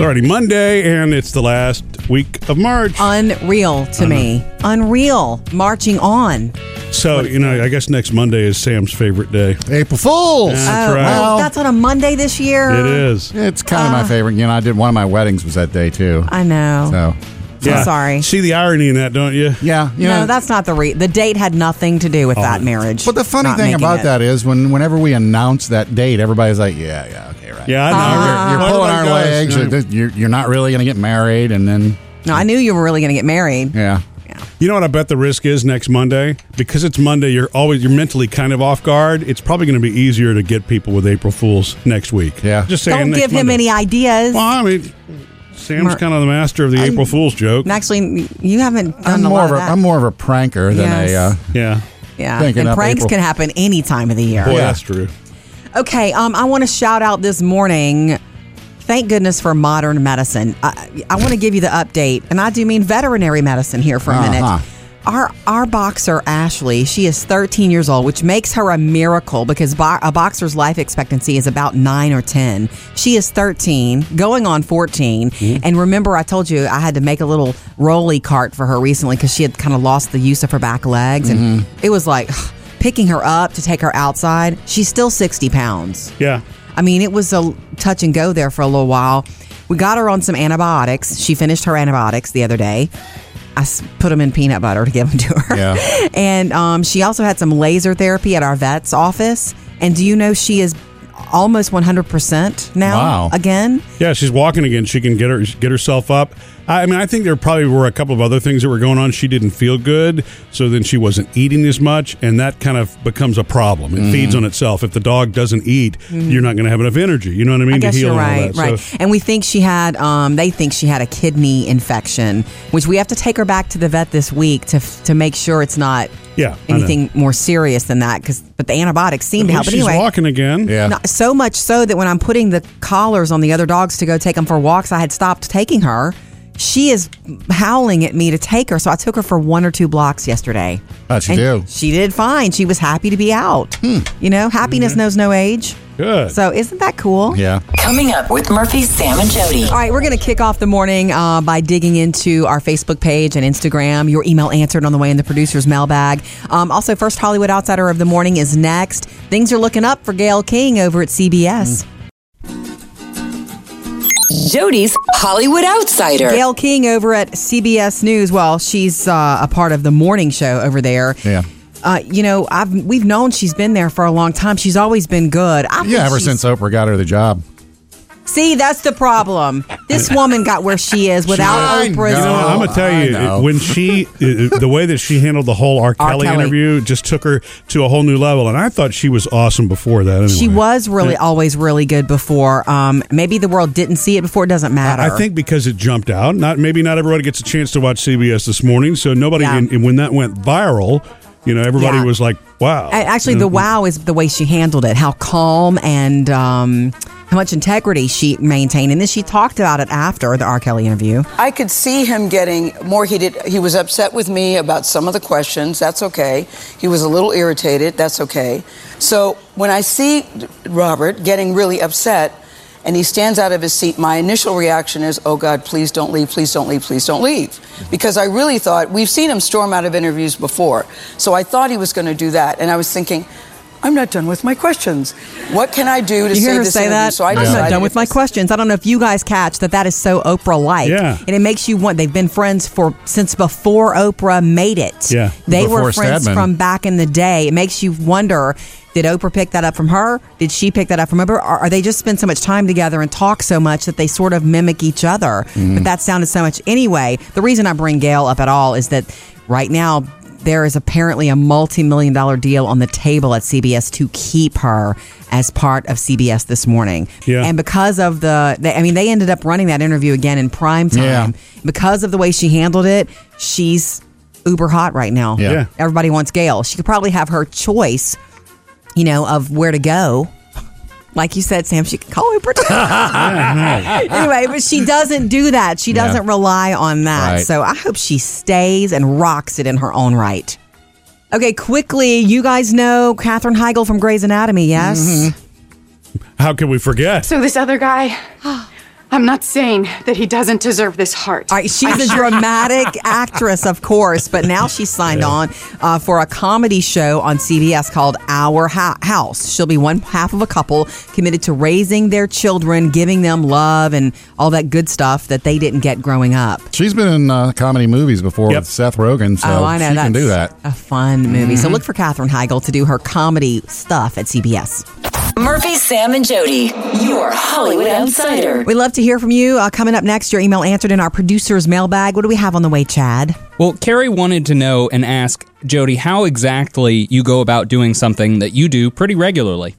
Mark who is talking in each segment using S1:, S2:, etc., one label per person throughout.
S1: already Monday, and it's the last week of March.
S2: Uh, Unreal to me. Unreal. Marching on.
S1: so, you know, I guess next Monday is Sam's favorite day.
S3: April Fools.
S1: That's
S2: Oh,
S1: right.
S2: well,
S3: Well-
S2: that's on a Monday this year.
S1: It is.
S3: It's kind of my favorite. You know, I did one of my weddings was that day too.
S2: I know.
S3: So
S2: I'm sorry.
S1: See the irony in that, don't you? Oh.
S3: yeah, you
S2: no,
S3: know
S2: that's not the re- the date had nothing to do with that marriage.
S3: But the funny
S2: Not
S3: thing
S2: making
S3: about
S2: it.
S3: that is when whenever we announce that date, everybody's like, yeah, yeah, okay, right.
S1: Yeah, I know.
S2: Ah.
S3: You're
S1: One of
S3: pulling
S1: them
S3: our
S1: guys,
S3: legs.
S1: you know.
S3: You're, you're- you're not really going to get married, and then
S2: no, I knew you were really going to get married.
S3: yeah,
S1: You know what I bet the risk is next Monday? Because it's Monday, you're always you're mentally kind of off guard. It's probably going to be easier to get people with April Fools next week.
S3: Yeah.
S1: Just saying.
S2: Don't
S1: next
S2: give him
S1: Monday.
S2: any ideas.
S1: Well, I mean, Sam's
S2: Mar-
S1: kind of the master of the April Fools joke.
S2: Actually, you haven't done
S3: I'm
S2: a
S3: more
S2: lot
S3: of
S2: of
S3: a
S2: that.
S3: am more of a pranker than
S2: Yes.
S3: a uh,
S1: yeah.
S2: yeah,
S3: thinking
S2: and
S3: up
S2: pranks
S3: April.
S2: can happen any time of the year.
S1: Boy,
S3: Yeah.
S1: that's true.
S2: Okay, um, I want to shout out this morning. Thank goodness for modern medicine. I, I want to give you the update, and I do mean veterinary medicine here for a
S3: Uh-huh.
S2: minute. Our our boxer Ashley, she is 13 years old, which makes her a miracle because bo- a boxer's life expectancy is about nine or 10. She is 13, going on 14. And remember, I told you I had to make a little rolly cart for her recently because she had kind of lost the use of her back legs, and it was like picking her up to take her outside. She's still 60 pounds.
S1: Yeah.
S2: I mean, it was a touch and go there for a little while. We got her on some antibiotics. She finished her antibiotics the other day. I s- put them in peanut butter to give them to her.
S3: Yeah.
S2: And um, she also had some laser therapy at our vet's office. And do you know she is almost 100% now
S3: Wow.
S2: again?
S1: Yeah, she's walking again. She can get her get herself up. I mean, I think there probably were a couple of other things that were going on. She didn't feel good, so then she wasn't eating as much, and that kind of becomes a problem. It
S2: Mm.
S1: feeds on itself. If the dog doesn't eat, you're not going to have enough energy. You know what I mean?
S2: I guess
S1: to heal
S2: you're
S1: and all
S2: right,
S1: that. So-
S2: right. And we think she had, um, they think she had a kidney infection, which we have to take her back to the vet this week to f- to make sure it's not
S1: yeah. I know.
S2: anything more serious than that. Because but the antibiotics seem to help. But
S1: She's
S2: anyway,
S1: walking again.
S3: yeah.
S2: Not- so much so that when I'm putting the collars on the other dogs to go take them for walks, I had stopped taking her. She is howling at me to take her, so I took her for one or two blocks yesterday.
S3: How'd you
S2: And
S3: do? Hmm.
S2: She did fine. She was happy to be out. You know, happiness knows no age.
S1: Good.
S2: So isn't that cool?
S3: Mm-hmm. Yeah.
S4: Coming up with Murphy, Sam, and Jody.
S2: All right, we're going to kick off the morning uh, by digging into our Facebook page and Instagram. Your email answered on the way in the producer's mailbag. Um, also, First Hollywood Outsider of the Morning is next. Things are looking up for Gail King over at CBS.
S4: Jody's Hollywood Outsider.
S2: Gail King over at CBS News. Well, she's uh, a part of the morning show over there.
S3: Yeah.
S2: Uh, you know, I've we've known she's been there for a long time. She's always been good. I think
S3: Yeah, ever
S2: she's-
S3: since uh, Oprah got her the job.
S2: See, that's the problem. This woman got where she is without
S3: I
S2: Oprah's.
S3: know.
S1: You know,
S3: Oh,
S1: I'm gonna tell
S3: I
S1: you
S3: know.
S1: it- when she, it- the way that she handled the whole R.
S2: R.
S1: Kelly,
S2: Kelly.
S1: interview, just took her to a whole new level. And I thought she was awesome before that. Anyway.
S2: She was really always really good before. Um, maybe the world didn't see it before. It doesn't matter.
S1: I think because it jumped out. Not maybe not everybody gets a chance to watch CBS this morning. So nobody.
S2: Yeah.
S1: And, and when that went viral, you know, everybody
S2: Yeah.
S1: was like, "Wow!"
S2: A- Actually,
S1: You
S2: the
S1: know,
S2: wow is the way she handled it, how calm and um, how much integrity she maintained. And then she talked about it after the R. Kelly interview.
S5: I could see him getting more heated. He was upset with me about some of the questions. That's okay. He was a little irritated. That's okay. So when I see Robert getting really upset and he stands out of his seat, my initial reaction is, oh God, please don't leave, please don't leave, please don't leave. Because I really thought, we've seen him storm out of interviews before. So I thought he was going to do that. And I was thinking, I'm not done with my questions. What can I do to
S2: You
S5: save
S2: hear her
S5: this
S2: say
S5: interview?
S2: that?
S5: So I
S2: I'm not
S5: decided
S2: done with
S5: if
S2: my
S5: it's-
S2: questions. I don't know if you guys catch that that is so Oprah like.
S1: Yeah.
S2: And it makes you want, they've been friends for since before Oprah made it.
S1: Yeah.
S2: They were
S3: Before
S2: friends
S3: Stadman.
S2: from back in the day. It makes you wonder did Oprah pick that up from her? Did she pick that up from Oprah? Or or they just spend so much time together and talk so much that they sort of mimic each other? But that sounded so much. Anyway, the reason I bring Gail up at all is that right now, there is apparently a multi million dollar deal on the table at CBS to keep her as part of CBS this morning.
S1: Yeah.
S2: And because of the, they, I mean, they ended up running that interview again in prime time. Because of the way she handled it, she's uber hot right now.
S3: Yeah.
S1: Yeah.
S2: Everybody wants Gail. She could probably have her choice, you know, of where to go. Like you said, Sam, she could call Uber. anyway, but she doesn't do that. She
S3: Mm-hmm. Yeah.
S2: doesn't rely on that.
S3: Right.
S2: So I hope she stays and rocks it in her own right. Okay, quickly, you guys know Katherine Heigl
S3: Mm-hmm.
S2: from Grey's Anatomy, yes?
S1: How can we forget?
S6: So this other guy, I'm not saying that he doesn't deserve this heart.
S2: All right, she's a dramatic actress, of course, but now she's signed on uh, for a comedy show on CBS called Our Ho- House. She'll be one half of a couple committed to raising their children, giving them love, and all that good stuff that they didn't get growing up.
S3: She's been in uh, comedy movies before
S1: Yep.
S3: with Seth Rogen, so
S2: oh, I know
S3: she
S2: that's
S3: can do that. Mm-hmm.
S2: a fun movie. So look for Katherine Heigl to do her comedy stuff at CBS.
S4: Murphy, Sam, and Jody, your Hollywood outsider.
S2: We love to hear from you. Uh, coming up next, your email answered in our producer's mailbag. What do we have on the way, Chad?
S7: Well, Carrie wanted to know and ask Jody how exactly you go about doing something that you do pretty regularly.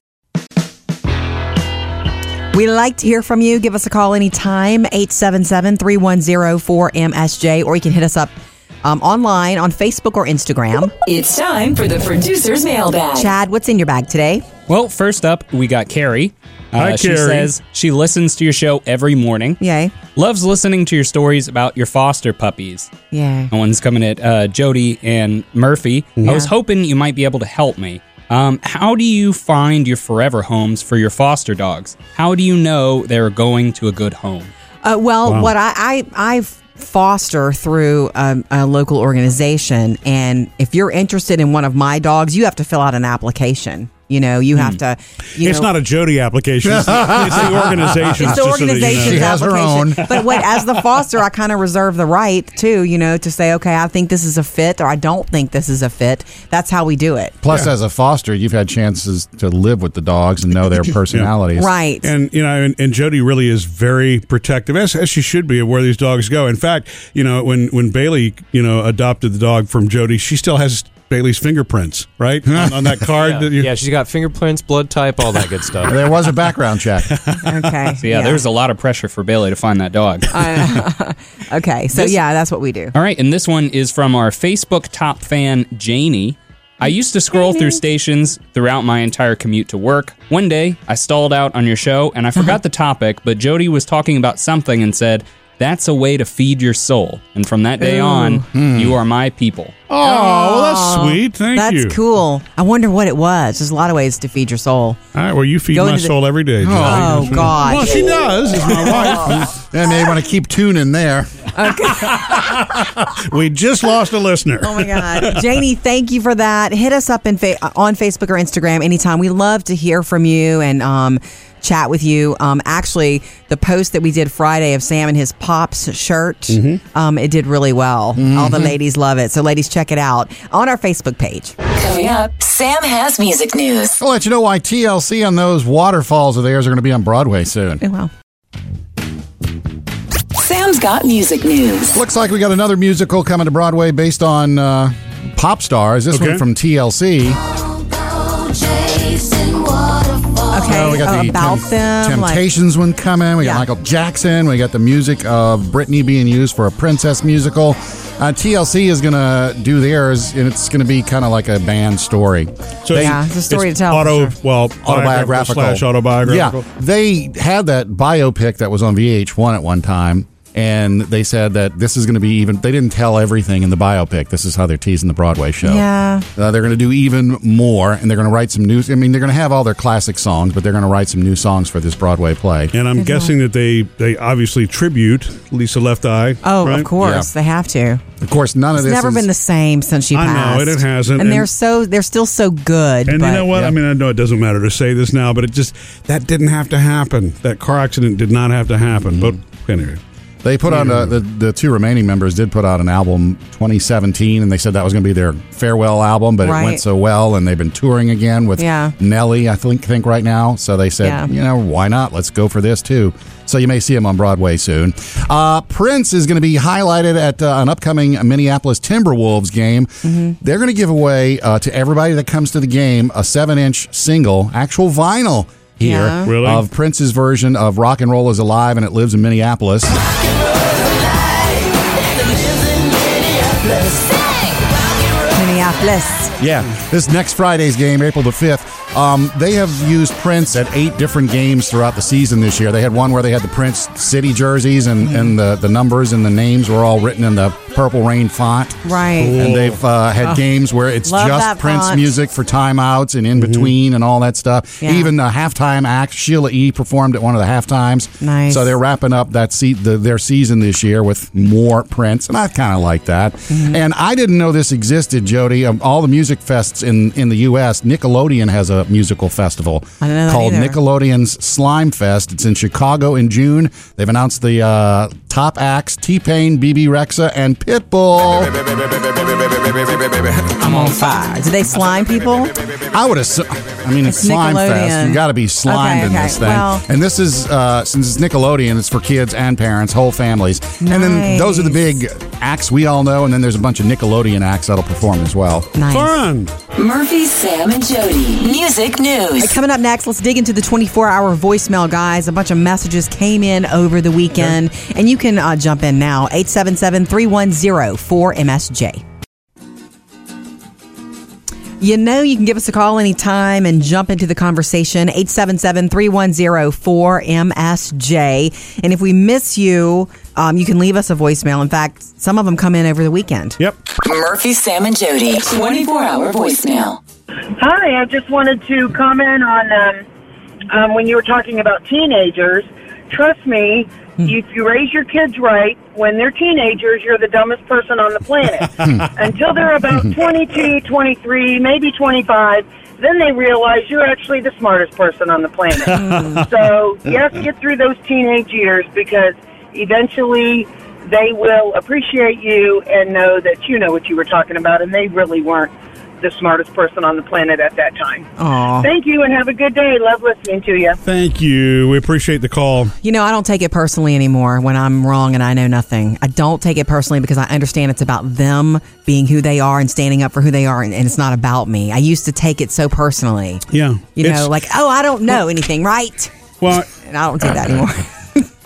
S2: We like to hear from you. Give us a call anytime, 877-310-4MSJ, or you can hit us up um, online on Facebook or Instagram.
S4: It's time for the producer's mailbag.
S2: Chad, what's in your bag today?
S7: Well, first up, we got Carrie. Uh,
S1: Hi,
S7: she
S1: Carrie.
S7: says she listens to your show every morning.
S2: Yay.
S7: Loves listening to your stories about your foster puppies.
S2: Yay.
S7: That one's coming at uh, Jody and Murphy. I was hoping you might be able to help me. Um, how do you find your forever homes for your foster dogs? How do you know they're going to a good home?
S2: Uh, well, what I, I I foster through um, a local organization, and if you're interested in one of my dogs, you have to fill out an application. You know, you have to. You
S1: Hmm. it's
S2: know,
S1: not a Jody application. It's the, it's the organization.
S2: it's the
S1: just so that you know.
S2: organization's
S3: She has her
S2: application.
S3: own.
S2: but what, as the foster, I kind of reserve the right to, you know, to say, okay, I think this is a fit, or I don't think this is a fit. That's how we do it,
S3: Plus, as a foster, you've had chances to live with the dogs and know their personalities.
S2: right?
S1: And you know, and, and Jody really is very protective, as, as she should be, of where these dogs go. In fact, you know, when when Bailey, you know, adopted the dog from Jody, she still has Bailey's fingerprints, right, on, on that card. that you,
S8: Yeah, she's got fingerprints, blood type, all that good stuff.
S3: There was a background check.
S2: okay.
S7: So, yeah, there's a lot of pressure for Bailey to find that dog.
S2: okay. So yeah, that's what we do.
S7: All right, and this one is from our Facebook top fan, Janie. I used to scroll through stations throughout my entire commute to work. One day, I stalled out on your show and I forgot the topic, but Jody was talking about something and said, That's a way to feed your soul. And from that day on, you are my people.
S1: oh, well, that's sweet. Thank
S2: that's
S1: you.
S2: cool. I wonder what it was. There's a lot of ways to feed your soul.
S1: All right, well, you feed
S2: Go
S1: my
S2: into the-
S1: soul every day. Jody.
S2: Oh,
S1: That's right.
S2: gosh.
S1: Well, she does. It's my wife.
S3: and they want to keep tuning there.
S1: we just lost a listener.
S2: Oh my God, Janie, thank you for that. Hit us up in fa- on Facebook or Instagram anytime. We love to hear from you and um, chat with you. Um, actually, the post that we did Friday of Sam and his pops shirt,
S1: Mm-hmm.
S2: um, it did really well. All the ladies love it. So, ladies, check it out on our Facebook page.
S4: Coming up, Sam has music news.
S3: I'll let you know why TLC on those waterfalls of theirs are going to be on Broadway soon.
S2: Oh, wow.
S4: Sam's got music news.
S3: Looks like we got another musical coming to Broadway based on uh, pop stars. This
S1: Okay.
S3: one from TLC.
S2: Okay,
S3: we got
S2: uh,
S3: the
S2: about
S3: Temp-
S2: them. like-
S3: Temptations one coming. We got
S2: Yeah.
S3: Michael Jackson. We got the music of Britney being used for a princess musical. Uh, TLC is going to do theirs, and it's going to be kind of like a band story.
S1: So
S2: Yeah, it's a story to tell, for
S1: Auto,
S2: sure.
S1: well,
S3: Autobiographical.
S1: slash autobiographical.
S3: Yeah, they had that biopic that was on VH1 at one time. And they said that this is going to be even. They didn't tell everything in the biopic. This is how they're teasing the Broadway show.
S2: Yeah.
S3: Uh, they're going to do even more, and they're going to write some new. I mean, they're going to have all their classic songs, but they're going to write some new songs for this Broadway play.
S1: And I'm guessing that they they obviously tribute Lisa Left Eye.
S2: Oh,
S1: right?
S2: of course, they have to.
S3: Of course, none of
S2: It's
S3: this
S2: never
S3: is,
S2: been the same since she
S1: I know,
S2: passed.
S1: and it hasn't,
S2: And, they're
S1: and-
S2: so they're still so good.
S1: And
S2: but,
S1: you know what?
S3: yeah.
S1: I mean, I know it doesn't matter to say this now, but it just that didn't have to happen. That car accident did not have to happen. But anyway,
S3: They put out a, the the two remaining members did put out an album 2017, and they said that was going to be their farewell album, but
S2: Right.
S3: it went so well, and they've been touring again with
S2: Yeah.
S3: Nelly, I think think right now. So they said,
S2: Yeah.
S3: you know, why not? Let's go for this too. So you may see him on Broadway soon. Uh, Prince is going to be highlighted at uh, an upcoming Minneapolis Timberwolves game.
S2: Mm-hmm.
S3: They're going to give away uh, to everybody that comes to the game a seven inch single, actual vinyl here
S2: Yeah.
S1: Really?
S3: of Prince's version of Rock and Roll is Alive and it lives in Minneapolis.
S2: Minneapolis.
S3: Yeah, this next Friday's game, April the 5th, um, they have used Prince at eight different games throughout the season this year. They had one where they had the Prince City jerseys and, and the, the numbers and the names were all written in the Purple Rain font.
S2: Right.
S3: And they've uh, had games where it's
S2: Love
S3: just
S2: that
S3: Prince
S2: font.
S3: music for timeouts and in between and all that stuff.
S2: Yeah.
S3: Even the halftime act, Sheila E. performed at one of the halftimes.
S2: Nice.
S3: So they're wrapping up that se- the, their season this year with more Prince, and I kind of like that.
S2: Mm-hmm.
S3: And I didn't know this existed, Jody. Of all the music fests in, in the U.S., Nickelodeon has a musical festival
S2: I didn't know that
S3: called
S2: either.
S3: Nickelodeon's Slime Fest. It's in Chicago in June. They've announced the uh, top acts: T Pain, BB Rexa, and Pitbull.
S2: I'm on fire. Do they slime people?
S3: I would assume. I mean, it's,
S2: It's
S3: slime fest.
S2: Nickelodeon.
S3: You got to be slimed
S2: Okay,
S3: in
S2: okay.
S3: this thing.
S2: Well-
S3: and this is uh, since it's Nickelodeon, it's for kids and parents, whole families. And then those are the big acts we all know. And then there's a bunch of Nickelodeon acts that'll perform as well.
S2: Nice.
S1: Fun.
S4: Murphy, Sam, and Jody. Music
S2: Hey,
S4: news.
S2: Coming up next, let's dig into the 24 hour voicemail, guys. A bunch of messages came in over the weekend, and you can uh, jump in now 877 310 4MSJ. You know, you can give us a call anytime and jump into the conversation 877 310 4MSJ. And if we miss you, um, you can leave us a voicemail. In fact, some of them come in over the weekend.
S1: Yep.
S4: Murphy, Sam, and Jody. 24 hour voicemail.
S9: Hi, I just wanted to comment on um, um, when you were talking about teenagers. Trust me,
S8: Hmm.
S9: if you raise your kids right, when they're teenagers, you're the dumbest person on the planet.
S8: Hmm.
S9: Until they're about 22, 23, maybe 25, then they realize you're actually the smartest person on the planet. so, yes, get through those teenage years because eventually they will appreciate you and know that you know what you were talking about, and they really weren't the smartest person on the planet at that time.
S2: Aw.
S9: Thank you and have a good day. Love listening to you.
S1: Thank you. We appreciate the call.
S2: You know, I don't take it personally anymore when I'm wrong and I know nothing. I don't take it personally because I understand it's about them being who they are and standing up for who they are, and, and it's not about me. I used to take it so personally.
S1: Yeah.
S2: You
S1: It's-
S2: know, like, oh, I don't know anything, right?
S1: Well,
S2: And I don't do that anymore.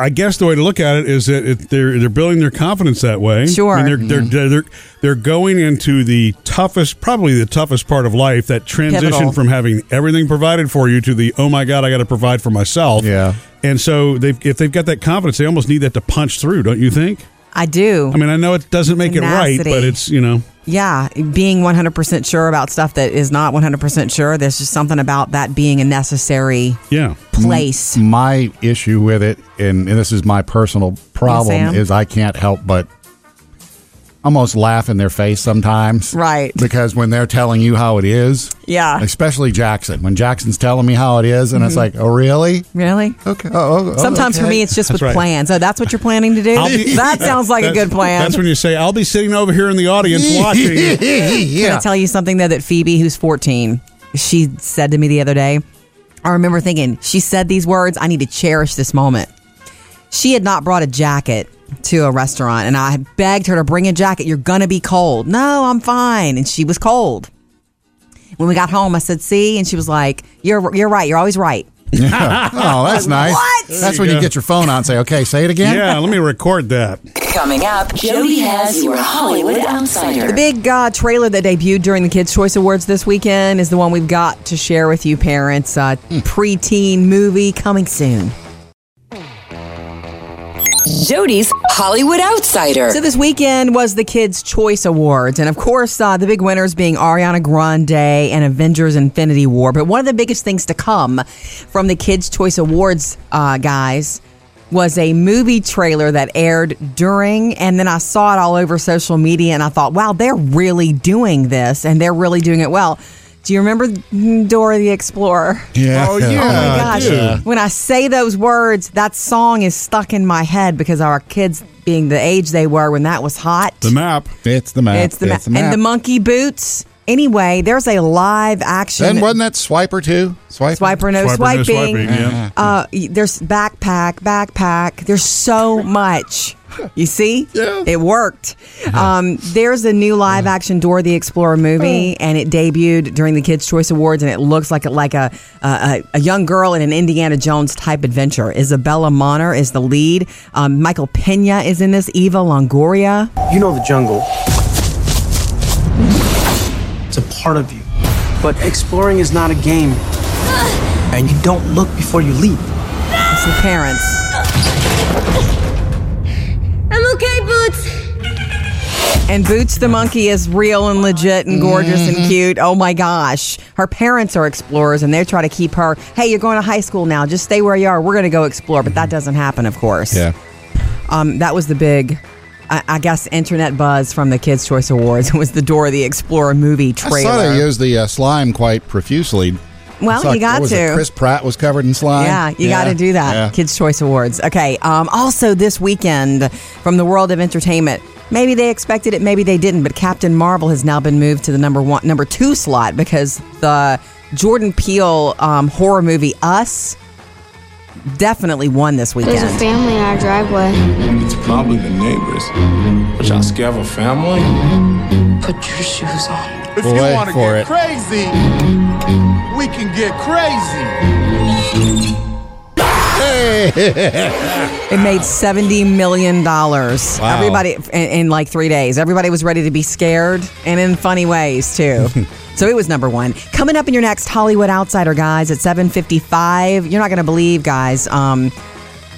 S1: I guess the way to look at it is that it, they're they're building their confidence that way.
S2: Sure. Mm-hmm.
S1: and they're they're, they're they're they're going into the toughest, probably the toughest part of life. That transition
S2: Pivotal.
S1: from having everything provided for you to the oh my god, I got to provide for myself.
S3: Yeah.
S1: and so they if they've got that confidence, they almost need that to punch through, don't you think?
S2: I do.
S1: I mean, I know it doesn't make it right,
S2: Tenacity.
S1: but it's you know,
S2: yeah, being 100% sure about stuff that is not 100% sure, there's just something about that being a necessary
S1: yeah.
S2: place.
S3: My issue with it, and, and this is my personal problem,
S2: Sam?
S3: is I can't help but almost laugh in their face sometimes.
S1: Mm-hmm.
S2: Right.
S3: Because when they're telling you how it is,
S2: Yeah.
S3: especially Jackson, when Jackson's telling me how it is, and it's like, oh, really?
S2: Really?
S3: Okay. Oh, oh, oh,
S2: Mm-hmm. Sometimes for
S3: okay.
S2: me, it's just
S1: That's
S2: with
S1: right.
S2: plans. Oh, that's what you're planning to do?
S1: I'll be-
S2: that sounds like a
S1: That's-
S2: good plan.
S1: That's when you say, "I'll be sitting over here in the audience watching."
S3: yeah.
S2: I tell you something though that Phoebe, who's 14, she said to me the other day. I remember thinking, she said these words, I need to cherish this moment. She had not brought a jacket to a restaurant, and I begged her to bring a jacket. You're going to be cold. No, I'm fine. And she was cold. When we got home, I said, "See," and she was like, "You're you're right. You're always right."
S3: Oh, that's nice.
S2: What?
S3: That's
S1: There
S3: when
S1: you
S3: you
S1: go.
S3: get your phone out and say, okay, say it again.
S1: yeah, let me record that.
S4: Coming up, Jody has your Hollywood Outsider.
S2: The big uh, trailer that debuted during the Kids' Choice Awards this weekend is the one we've got to share with you, parents. Uh, Preteen movie coming soon.
S4: Jody's Hollywood Outsider.
S2: So this weekend was the Kids' Choice Awards, and of course, uh, the big winners being Ariana Grande and Avengers: Infinity War. But one of the biggest things to come from the Kids' Choice Awards, uh, guys, was a movie trailer that aired during, and then I saw it all over social media, and I thought, wow, they're really doing this, and they're really doing it well. Do you remember mm, Dora the Explorer?
S3: Yeah.
S1: Oh, yeah.
S2: Oh my gosh.
S1: dude.
S2: When I say those words, that song is stuck in my head because our kids being the age they were when that was hot.
S1: The map.
S3: It's the map.
S2: it's the, ma- And the monkey boots. Anyway, there's a live action.
S3: Then wasn't that Swiper too? Swiper.
S2: Swiper, no
S1: Swiper, no
S2: swiping.
S1: swiping, yeah.
S2: Uh, y- there's backpack, backpack. There's so much. You see?
S3: Yeah.
S2: It worked. Um, there's a new live action Dora the Explorer movie, and it debuted during the Kids' Choice Awards, and it looks like a, like a, a, a young girl in an Indiana Jones type adventure. Isabella Monner is the lead. Um, Michael Pena is in this, Eva Longoria.
S10: You know the jungle. It's a part of you. But exploring is not a game. And you don't look before you leap.
S2: It's the parents.
S11: I'm okay, Boots.
S2: And Boots the monkey is real and legit and gorgeous and
S3: Mm-hmm.
S2: cute. Oh my gosh. Her parents are explorers and they try to keep her, hey, you're going to high school now. Just stay where you are. We're going to go explore. But that doesn't happen, of course.
S3: Yeah.
S2: Um, that was the big, I, I guess, internet buzz from the Kids' Choice Awards. It was the Dora the Explorer movie
S3: I saw they
S2: trailer.
S3: used the uh, slime quite profusely.
S2: Well,
S3: I saw-
S2: you got
S3: what was it,
S2: to.
S3: Chris Pratt was covered in slime.
S2: Yeah, you got to do that.
S3: yeah.
S2: Kids' Choice Awards. Okay. Um, also, this weekend from the world of entertainment, maybe they expected it, maybe they didn't. But Captain Marvel has now been moved to the number one, number two slot because the Jordan Peele um, horror movie Us definitely won this
S11: There's a
S2: weekend.
S11: family in our driveway.
S12: It's probably the neighbors. But y'all scared of a family? Put your shoes on.
S13: If you
S12: Wait
S13: want to
S12: for
S13: get
S12: it.
S13: crazy, we can get crazy.
S2: It made seventy million dollars.
S3: Wow.
S2: Everybody in, in like three days. Everybody was ready to be scared and in funny ways too. so it was number one. Coming up in your next Hollywood Outsider, guys, at seven fifty-five. You're not going to believe, guys, um,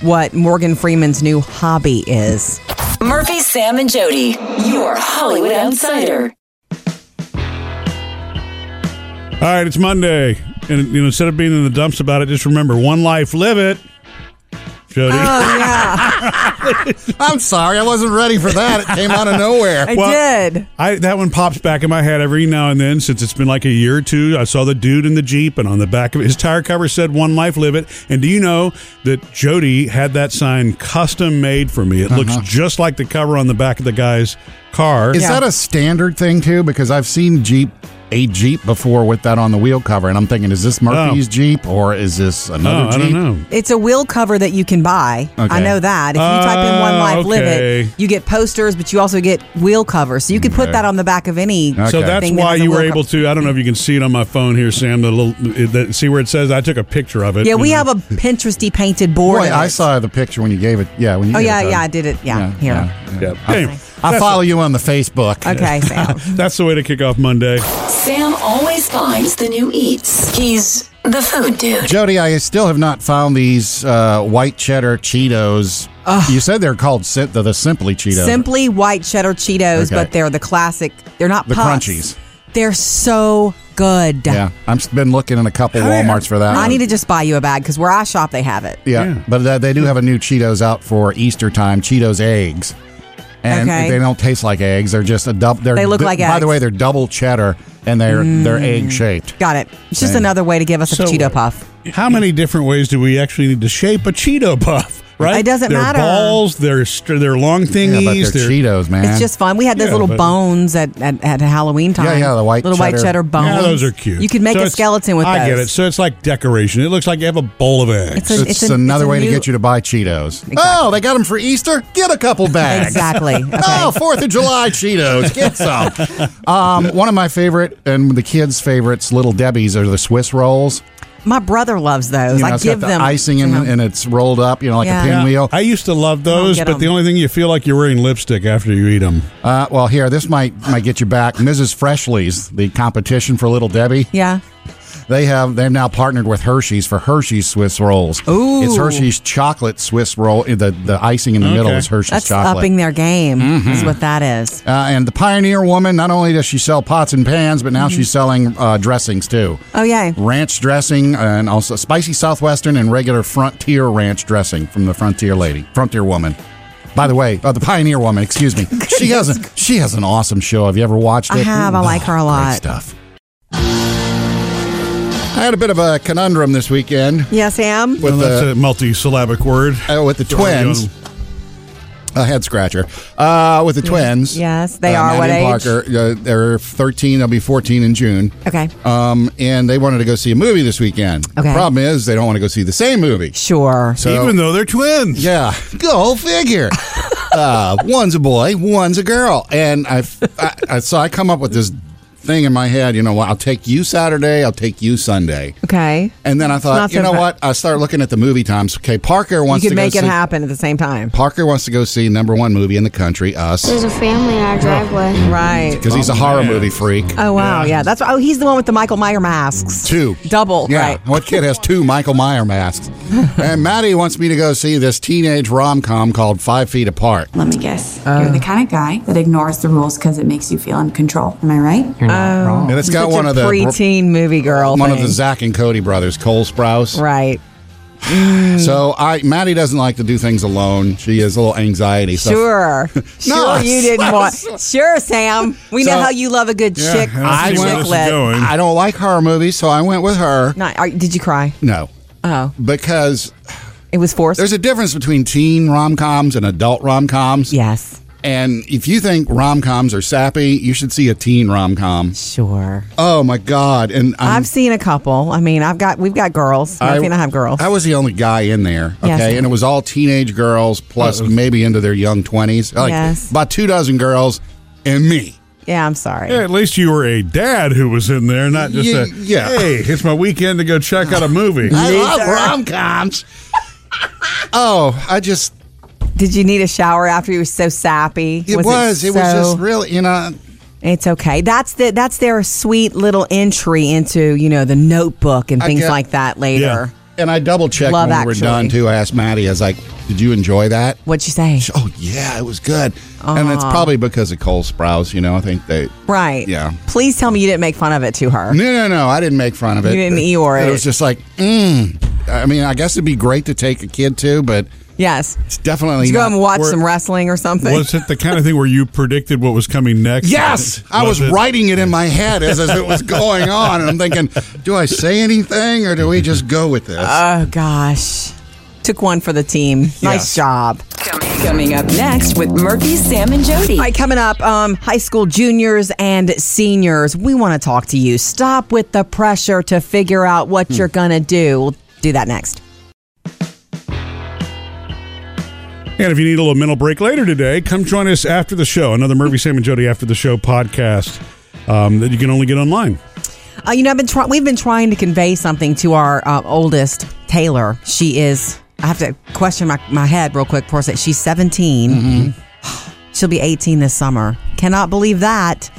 S2: what Morgan Freeman's new hobby is.
S4: Murphy, Sam, and Jody, your Hollywood Outsider.
S1: All right, it's Monday, and you know instead of being in the dumps about it, just remember one life, live it. Jody.
S2: Uh.
S3: I'm sorry, I wasn't ready for that. It came out of nowhere.
S2: did.
S1: I that one pops back in my head every now and then since it's been like a year or two. I saw the dude in the jeep, and on the back of it, his tire cover said "One Life, Live It." And do you know that Jody had that sign custom made for me? It looks just like the cover on the back of the guy's car.
S3: Is that a standard thing too? Because I've seen Jeep a Jeep before with that on the wheel cover, and I'm thinking, is this Murphy's Jeep or is this another
S1: Oh, I don't
S3: Jeep?
S1: know.
S2: It's a wheel cover that you can buy.
S3: Okay.
S2: I know that. If you type in One
S1: Ah,
S2: Life Live
S1: okay.
S2: It, you get posters, but you also get wheel covers. So you could put
S1: Okay.
S2: that on the back of any.
S1: So
S2: thing
S1: that's
S2: that
S1: why
S2: has a
S1: you were
S2: wheel
S1: able
S2: cover.
S1: to. I don't know if you can see it on my phone here, Sam. The little it- that, see where it says. I took a picture of it.
S2: Yeah,
S1: you
S2: we
S1: know.
S2: have a Pinteresty painted board.
S3: Boy,
S2: of
S3: I
S2: it.
S3: saw the picture when you gave it. Yeah, when you.
S2: Oh
S3: gave
S2: yeah,
S3: it to-
S2: yeah, I did it. Yeah, here.
S3: yeah.
S1: Anyway,
S3: I
S1: that's-
S3: follow you on the Facebook.
S2: Okay, Sam.
S1: That's the way to kick off Monday.
S4: Sam always finds the new eats. He's the food dude.
S3: Jody, I still have not found these uh, white cheddar Cheetos. You said they're called sim- the, the Simply Cheetos.
S2: Simply white cheddar Cheetos,
S3: Okay.
S2: but they're the classic. They're not
S3: The
S2: puffs.
S3: crunchies.
S2: They're so good.
S3: yeah, I've been looking in a couple WalMarts for that.
S2: I
S3: one.
S2: need to just buy you a bag because where I shop, they have it.
S3: Yeah, but uh, they do have a new Cheetos out for Easter time. Cheetos eggs, and
S2: Okay.
S3: they don't taste like eggs. They're just a double. They're,
S2: They look like
S3: By
S2: eggs. Mm.
S3: the way, they're double cheddar and they're they're egg shaped.
S2: Got it. It's just
S3: Same.
S2: another way to give us
S1: So,
S2: a Cheeto puff.
S1: How many different ways do we actually need to shape a Cheeto puff? Right?
S2: It doesn't
S1: they're
S2: matter.
S1: Balls. They're st- they're long
S3: Yeah,
S1: thingies.
S3: but they're, Cheetos, man.
S2: It's just fun. We had those
S1: Yeah,
S2: little
S1: but-
S2: bones at, at, at Halloween time.
S3: Yeah, yeah, the white
S2: little white
S3: cheddar.
S2: cheddar bones.
S1: Yeah, those are cute.
S2: You could make
S1: So
S2: a
S1: it's-
S2: skeleton with
S1: I
S2: those.
S1: get it. So it's like decoration. It looks like you have a bowl of eggs.
S2: It's a-
S3: it's,
S2: it's a-
S3: another
S2: it's a
S3: way to
S2: new-
S3: get you to buy Cheetos. Oh, they got them for Easter. Get a couple bags.
S2: Exactly. Okay.
S3: Oh, Fourth of July Cheetos. Get some. um, one of my favorite and the kids' favorites, Little Debbie's, are the Swiss rolls.
S2: My brother loves those.
S3: You know,
S2: I
S3: it's
S2: give
S3: got the
S2: them
S3: icing
S2: to
S3: in,
S2: him.
S3: and it's rolled up, you know, like
S2: Yeah.
S3: a
S2: Yeah.
S3: pinwheel.
S1: I used to love those,
S2: get
S1: but the
S2: them.
S1: only thing you feel like you're wearing lipstick after you eat them.
S3: Uh, well, here, this might might get you back. Mrs. Freshley's, the competition for Little Debbie,
S2: Yeah.
S3: they have they've now partnered with Hershey's for Hershey's Swiss rolls.
S2: Ooh.
S3: it's Hershey's chocolate Swiss roll. Uh, The the icing in the middle
S1: Okay.
S3: is Hershey's
S2: That's
S3: chocolate. Mm-hmm.
S2: upping their game, is what that is.
S3: uh, and the Pioneer Woman, not only does she sell pots and pans, but now
S2: Mm-hmm.
S3: she's selling uh, dressings too.
S2: Oh, yay.
S3: Ranch dressing and also spicy Southwestern and regular Frontier Ranch dressing from the Frontier Lady, Frontier Woman. By the way, uh, the Pioneer Woman, excuse me. She has a, she has an awesome show. Have you ever watched it?
S2: I have. I like her a
S3: great
S2: lot.
S3: stuff. I had a bit of a conundrum this weekend
S2: Yes, Sam?
S3: with
S1: Well,
S3: the
S1: that's a multi-syllabic word.
S3: uh, with the
S1: Throw it
S3: twins.
S1: on.
S3: A head scratcher. Uh, with the twins.
S2: Yes, they are. What
S3: Maddie and
S2: age?
S3: Parker. Uh, they're 13. They'll be 14 in June.
S2: Okay.
S3: Um, and they wanted to go see a movie this weekend. The
S2: Okay.
S3: problem is they don't want to go see the same movie.
S2: Sure.
S3: So,
S1: Even though they're twins.
S3: yeah, go figure. uh, one's a boy, one's a girl, and I, I, I so I come up with this thing in my head, you know, well, I'll take you Saturday, I'll take you Sunday.
S2: Okay.
S3: And then I thought,
S2: not
S3: you know
S2: so bad.
S3: what? I start looking at the movie times. Okay, Parker
S2: You
S3: wants
S2: can
S3: to
S2: make it
S3: go see,
S2: happen at the same time.
S3: Parker wants to go see number one movie in the country, Us,
S11: There's a family in our driveway.
S2: Right.
S3: because he's a horror movie freak.
S2: Oh wow, yeah. That's oh he's the one with the Michael Meyer masks.
S3: Two.
S2: Double,
S3: Yeah.
S2: right.
S3: What kid has two Michael Meyer masks? and Maddie wants me to go see this teenage rom com called Five Feet Apart.
S2: Oh,
S14: Let me guess. You're the kind of guy that ignores the rules because it makes you feel in control. Am I right?
S3: You're not wrong. And it's got
S2: Such
S3: one
S2: a
S3: of the-
S2: preteen movie girl.
S3: One of
S2: thing.
S3: the Zach and Cody brothers, Cole Sprouse.
S2: Right.
S3: So I Maddie doesn't like to do things alone. She has a little anxiety. So
S2: Sure.
S3: No,
S2: sure you didn't want. Sure, Sam. We know
S3: So-
S2: how you love a good
S3: Yeah,
S2: chick
S3: I, went-
S2: chick lit.
S3: I don't like horror movies, so I went with her.
S2: Not, are, did you cry?
S3: No.
S2: Oh.
S3: Because
S2: it was forced.
S3: There's a difference between teen rom coms and adult rom coms.
S2: Yes.
S3: And if you think rom coms are sappy, you should see a teen rom com.
S2: Sure.
S3: Oh my God! And
S2: i
S3: I'm,
S2: have seen a couple. I mean, I've got we've got girls. Murphy and I have girls.
S3: I was the only guy in there, okay,
S2: Yes.
S3: and it was all teenage girls plus maybe into their young twenties, like
S2: Yes.
S3: about two dozen girls and me.
S2: yeah, I'm sorry.
S1: Yeah, at least you were a dad who was in there, not just
S3: Ye-
S1: a
S3: yeah.
S1: Hey, it's my weekend to go check out a movie.
S3: I love rom coms. oh, I just
S2: Did you need a shower after you were so sappy?
S3: It was. It was just
S2: really,
S3: you know.
S2: It's okay. That's the that's their sweet little entry into you know the Notebook and
S3: I
S2: things
S3: get-
S2: like that later.
S3: And I double checked
S2: Love
S3: when we
S2: Actually.
S3: were done too. I asked Maddie, I was like, "Did you enjoy that?"
S2: What'd she say?
S3: Oh yeah, it was good. And it's probably because of Cole Sprouse. You know, I think they.
S2: Right.
S3: Yeah.
S2: Please tell me you didn't make fun of it to her.
S3: No, no, no. I didn't make fun of it.
S2: You didn't Eeyore
S3: It
S2: it.
S3: was just like, mm. I mean, I guess it'd be great to take a kid to, but
S2: Yes.
S3: it's definitely
S2: Did you go
S3: not-
S2: and watch
S3: we're-
S2: some wrestling or something?
S1: Was it the kind of thing where you predicted what was coming next?
S3: Yes, I was
S1: it-
S3: writing it in my head as, as it was going on, and I'm thinking, do I say anything or do we just go with this?
S2: Oh gosh. Took one for the team. Nice job.
S4: Coming up next with Murphy, Sam, and Jody.
S2: All right, coming up, um, high school juniors and seniors, we want to talk to you. Stop with the pressure to figure out what you're going to do. We'll do that next.
S1: And if you need a little mental break later today, come join us after the show. Another Murphy, Sam, and Jody after the show podcast um, that you can only get online.
S2: Uh, you know, I've been try- we've been trying to convey something to our uh, oldest, Taylor. She is, I have to question my, my head real quick for a second. She's 17. She'll be 18 this summer. Cannot believe that.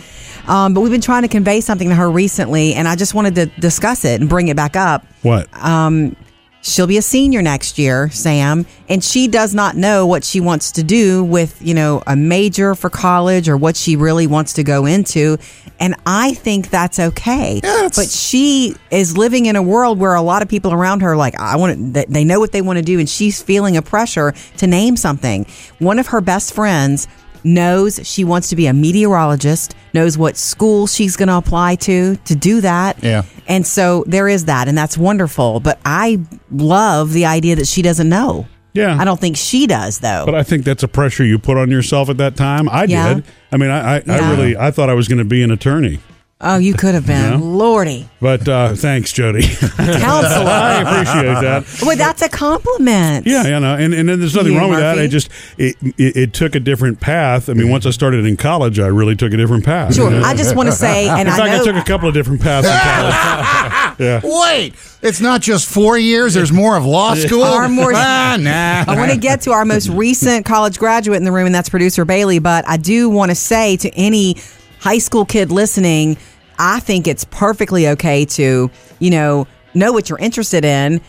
S2: Um, but we've been trying to convey something to her recently, and I just wanted to discuss it and bring it back up.
S1: What?
S2: Um, she'll be a senior next year, Sam, and she does not know what she wants to do with, you know, a major for college or what she really wants to go into. And I think that's okay. but she is living in a world where a lot of people around her, like, I want to, they know what they want to do, and she's feeling a pressure to name something. One of her best friends knows she wants to be a meteorologist, knows what school she's going to apply to to do that.
S3: Yeah.
S2: And so there is that, and that's wonderful. But I love the idea that she doesn't know.
S1: Yeah.
S2: I don't think she does, though.
S1: But I think that's a pressure you put on yourself at that time. I
S2: Yeah.
S1: did. I mean, I, I,
S2: Yeah.
S1: I really, I thought I was going to be an attorney.
S2: oh, you could have been.
S1: Yeah.
S2: Lordy.
S1: But uh, thanks, Jody.
S2: Counselor.
S1: I appreciate that.
S2: Well, that's a compliment.
S1: Yeah, you know, and, and then there's nothing
S2: You,
S1: wrong with that.
S2: Murphy?
S1: I just it, it it took a different path. I mean, once I started in college, I really took a different path.
S2: Sure. I just wanna say, and
S1: in
S2: I
S1: fact,
S2: know-
S1: I took a couple of different paths in college. yeah.
S3: Wait, it's not just four years. There's more of law school.
S2: Our more-
S3: ah, nah.
S2: I want to get to our most recent college graduate in the room, and that's producer Bailey. But I do want to say to any high school kid listening, I think it's perfectly okay to, you know, know what you're interested in.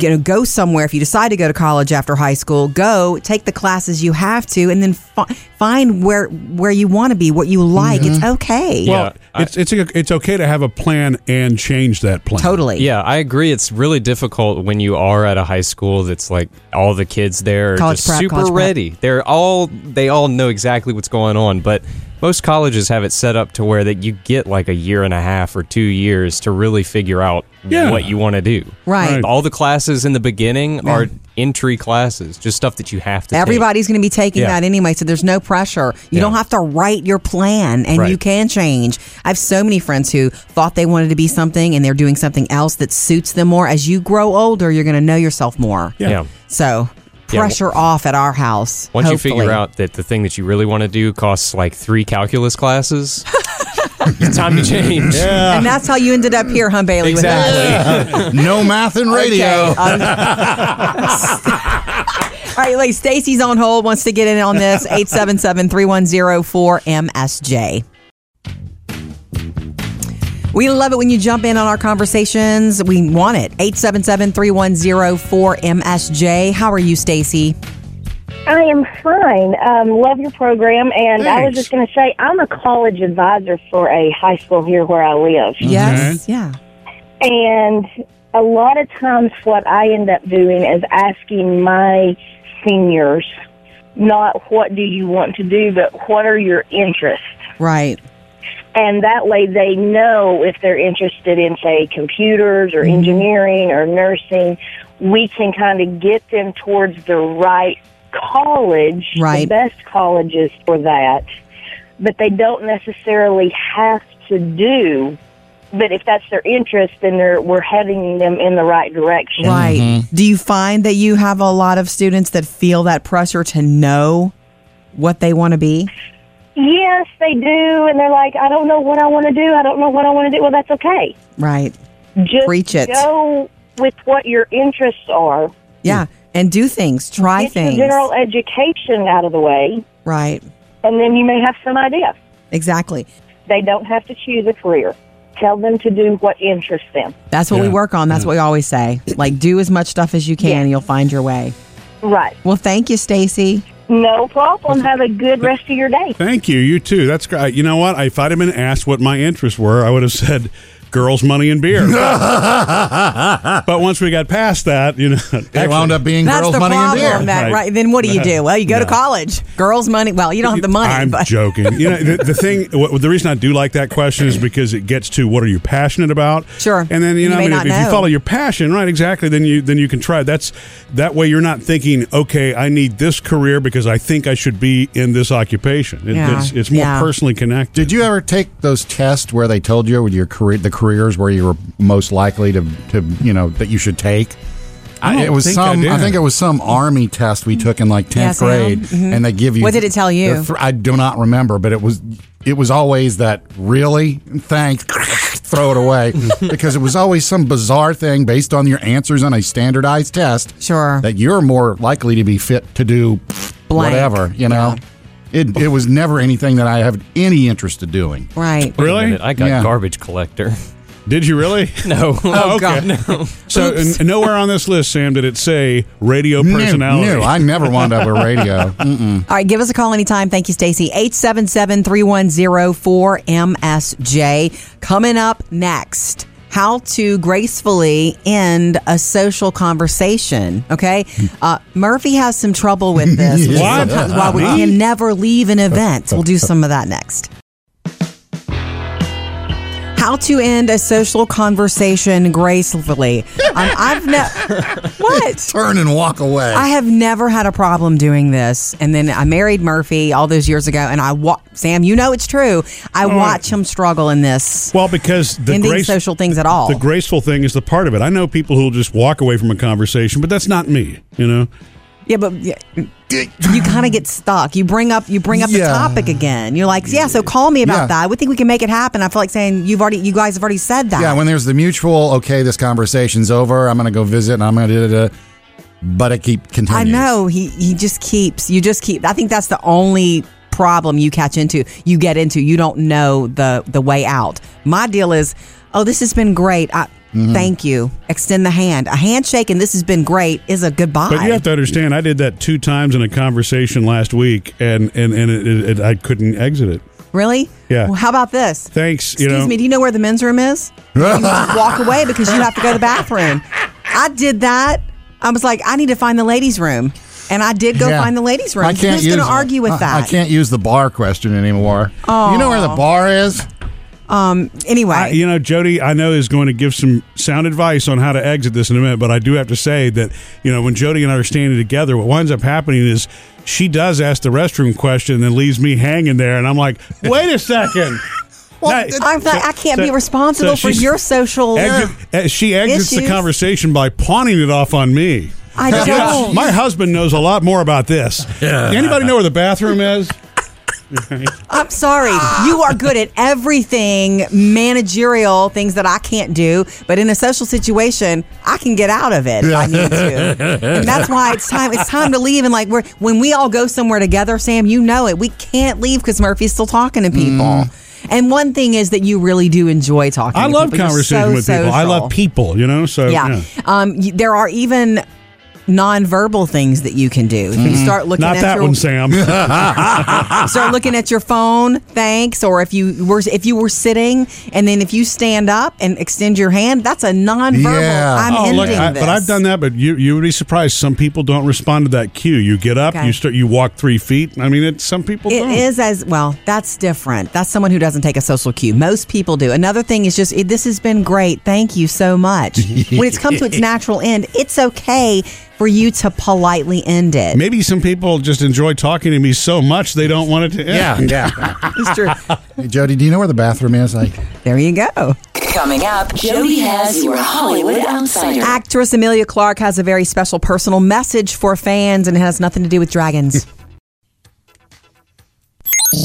S2: You know, go somewhere if you decide to go to college after high school. Go take the classes you have to, and then fi- find where where you want to be, what you like. It's okay.
S1: Well, it's it's it's okay to have a plan and change that plan.
S2: Totally.
S8: Yeah, I agree. It's really difficult when you are at a high school that's like all the kids there are
S2: College
S8: just
S2: prep,
S8: super
S2: college prep.
S8: ready. They're all they all know exactly what's going on, but most colleges have it set up to where that you get like a year and a half or two years to really figure out
S2: Yeah.
S8: what you want to do.
S2: Right. Right.
S8: All the classes in the beginning are entry classes, just stuff that you have to. take.
S2: Everybody's going to be taking
S8: Yeah.
S2: that anyway, so there's no pressure. You
S8: Yeah.
S2: don't have to write your plan, and you
S8: Right.
S2: can change. I have so many friends who thought they wanted to be something, and they're doing something else that suits them more. As you grow older, you're going to know yourself more.
S8: Yeah. Yeah.
S2: So
S8: Yeah.
S2: pressure off at our house.
S8: Once you
S2: hopefully.
S8: figure out that the thing that you really want to do costs like three calculus classes, it's time to change.
S2: And that's how you ended up here, huh, Bailey? with us?
S3: no math in radio.
S2: Okay, All right, like Stacy's on hold, wants to get in on this. 877-310-4MSJ. We love it when you jump in on our conversations. We want it. 877-310-4MSJ. How are you, Stacy?
S15: I am fine. Um, love your program, and I was
S2: Thanks.
S15: just going to say I'm a college advisor for a high school here where I live.
S2: Yes, yeah.
S15: And a lot of times, what I end up doing is asking my seniors not what do you want to do, but what are your interests.
S2: Right.
S15: And that way they know if they're interested in, say, computers
S2: Mm-hmm.
S15: or engineering or nursing, we can kind of get them towards the right college, the
S2: Right.
S15: best colleges for that. But they don't necessarily have to do, but if that's their interest, then they're, we're heading them in the right direction.
S2: Right. Do you find that you have a lot of students that feel that pressure to know what they want to be?
S15: Yes, they do. And they're like, I don't know what I want to do. I don't know what I want to do. Well, that's okay.
S2: Right.
S15: Just
S2: Preach it.
S15: go with what your interests are.
S2: Yeah. And do things, try
S15: Get your
S2: things.
S15: general education out of the way,
S2: Right.
S15: and then you may have some idea.
S2: Exactly.
S15: They don't have to choose a career. Tell them to do what interests them.
S2: That's what we
S15: Yeah.
S2: work on. That's what we always say. Like, do as much stuff as you can, and you'll find your way.
S15: Right.
S2: Well, thank you, Stacy.
S15: No problem. Have a good rest of your day.
S1: Thank you. You too. That's great. You know what? If I'd have been asked what my interests were, I would have said girls, money, and beer. but once we got past that, you know, it
S3: wound up being
S2: That's the problem. That, right. Then what do you do? Well, you go to
S1: Yeah.
S2: college. Girls' money. Well, you don't have the money.
S1: I'm
S2: but
S1: joking. You know, the, the thing, what, the reason I do like that question is because it gets to what are you passionate about? Sure. And then you,
S2: You
S1: know, I
S2: may
S1: mean, if,
S2: not
S1: if you
S2: know.
S1: follow your passion, right? Exactly. Then you then you can try. it. That's that way. You're not thinking, okay, I need this career because I think I should be in this occupation. It,
S3: Yeah.
S1: It's it's more
S3: Yeah.
S1: personally connected.
S3: Did you ever take those tests where they told you with your career, the careers where you were most likely to, to you know, that you should take?
S1: I don't
S3: it was
S1: think I
S3: some. I,
S1: did.
S3: think it was some army test we took in like
S2: Yeah,
S3: tenth
S2: Sam.
S3: grade,
S2: Mhm.
S3: and they give you.
S2: What did it tell you?
S3: the thr- I do not remember, but it was it was always that really thanks, throw it away because it was always some bizarre thing based on your answers on a standardized test.
S2: Sure,
S3: that you're more likely to be fit to do
S2: Blank.
S3: whatever you know. It, it was never anything that I have any interest in doing.
S2: right.
S8: Wait a minute, I got
S3: Yeah.
S8: garbage collector.
S1: Did you really?
S8: No.
S1: Oh, okay. So n- nowhere on this list, Sam, did it say radio
S3: No,
S1: personality?
S3: no, I never wound up with radio.
S2: All right, give us a call anytime. Thank you, Stacy. 877-310-4MSJ. Coming up next, how to gracefully end a social conversation, okay? Uh, Murphy has some trouble with this. which is
S16: What?
S2: sometimes Why we
S16: Me?
S2: can never leave an event. We'll do some of that next. How to end a social conversation gracefully. Um, I've never... What?
S3: Turn and walk away.
S2: I have never had a problem doing this. And then I married Murphy all those years ago, and I wa- Sam, you know it's true. I
S1: Oh.
S2: watch him struggle in this.
S1: Well, because the
S2: ending
S1: grace-
S2: social things at all.
S1: The graceful thing is the part of it. I know people who'll just walk away from a conversation, but that's not me. You know,
S2: yeah, but yeah, you kind of get stuck. You bring up you bring up the
S1: Yeah.
S2: topic again. You're like, yeah, so call me about
S3: Yeah.
S2: that. I would think we can make it happen. I feel like saying you've already you guys have already said that.
S3: Yeah, when there's the mutual, okay, this conversation's over. I'm going to go visit and I'm going to da da da. But it keep
S2: I
S3: continues.
S2: know he he just keeps you just keep. I think that's the only problem you catch into you get into. You don't know the the way out. My deal is, oh, this has been great. I,
S1: Mhm.
S2: Thank you. Extend the hand. A handshake and this has been great is a goodbye.
S1: but you have to understand. I did that two times in a conversation last week, and and and it, it, it, I couldn't exit it.
S2: really?
S1: Yeah.
S2: Well, how about this?
S1: Thanks.
S2: Excuse
S1: you know,
S2: me. Do you know where the men's room is? you walk away because you have to go to the bathroom. I did that. I was like, I need to find the ladies' room, and I did go
S3: Yeah.
S2: find the ladies' room.
S3: I can't
S2: Who's going to
S3: use-
S2: argue with
S3: I-
S2: that?
S3: I can't use the bar question anymore.
S2: Oh.
S3: You know where the bar is?
S2: Um. Anyway,
S1: I- you know, Jody, I know is going to give some sound advice on how to exit this in a minute, but I do have to say that you know when Jody and I are standing together, what winds up happening is she does ask the restroom question, and then leaves me hanging there, and I'm like, wait a second.
S2: Well,
S1: No,
S2: I'm not,
S1: so-
S2: I can't
S1: so-
S2: be
S1: so
S2: responsible for
S1: she's-
S2: your social.
S1: Exit, uh, she exits the
S2: Issues.
S1: conversation by pawning it off on me.
S2: I
S1: Yeah,
S2: don't.
S1: My husband knows a lot more about this. Anybody know where the bathroom is?
S2: I'm sorry. You are good at everything managerial, things that I can't do. But in a social situation, I can get out of it. if I need to. And that's why it's time. It's time to leave. And like we're when we all go somewhere together, Sam, you know it. We can't leave because Murphy's still talking to people. And one thing is that you really do enjoy talking.
S1: Mm. I
S2: to
S1: love
S2: people. You're
S1: conversation
S2: so
S1: with people. I
S2: social.
S1: love people, you know? So,
S2: yeah.
S1: Oh, yeah.
S2: Um, y- there are even nonverbal things that you can do. If You
S1: Mm.
S2: start looking
S1: Not
S2: at
S1: that
S2: your,
S1: one, Sam.
S2: start looking at your phone. Thanks. Or if you were if you were sitting, and then if you stand up and extend your hand, that's a nonverbal. I'm
S1: Oh,
S2: ending
S1: look, I-
S2: this.
S1: But I've done that. But you you would be surprised. Some people don't respond to that cue. You get up,
S2: Okay.
S1: you start, you walk three feet. I mean, it. Some people.
S2: It
S1: don't.
S2: is as well. That's different. That's someone who doesn't take a social cue. Most people do. Another thing is just it, this has been great. Thank you so much. when it's come to its natural end, it's okay for you to politely end it.
S1: Maybe some people just enjoy talking to me so much they don't want it to end.
S3: Yeah,
S1: yeah.
S2: it's true.
S3: Hey, Jody, do you know where the bathroom is? Like,
S2: there you go.
S4: Coming up, Jody has your Hollywood Outsider.
S2: Actress Amelia Clark has a very special personal message for fans, and it has nothing to do with dragons.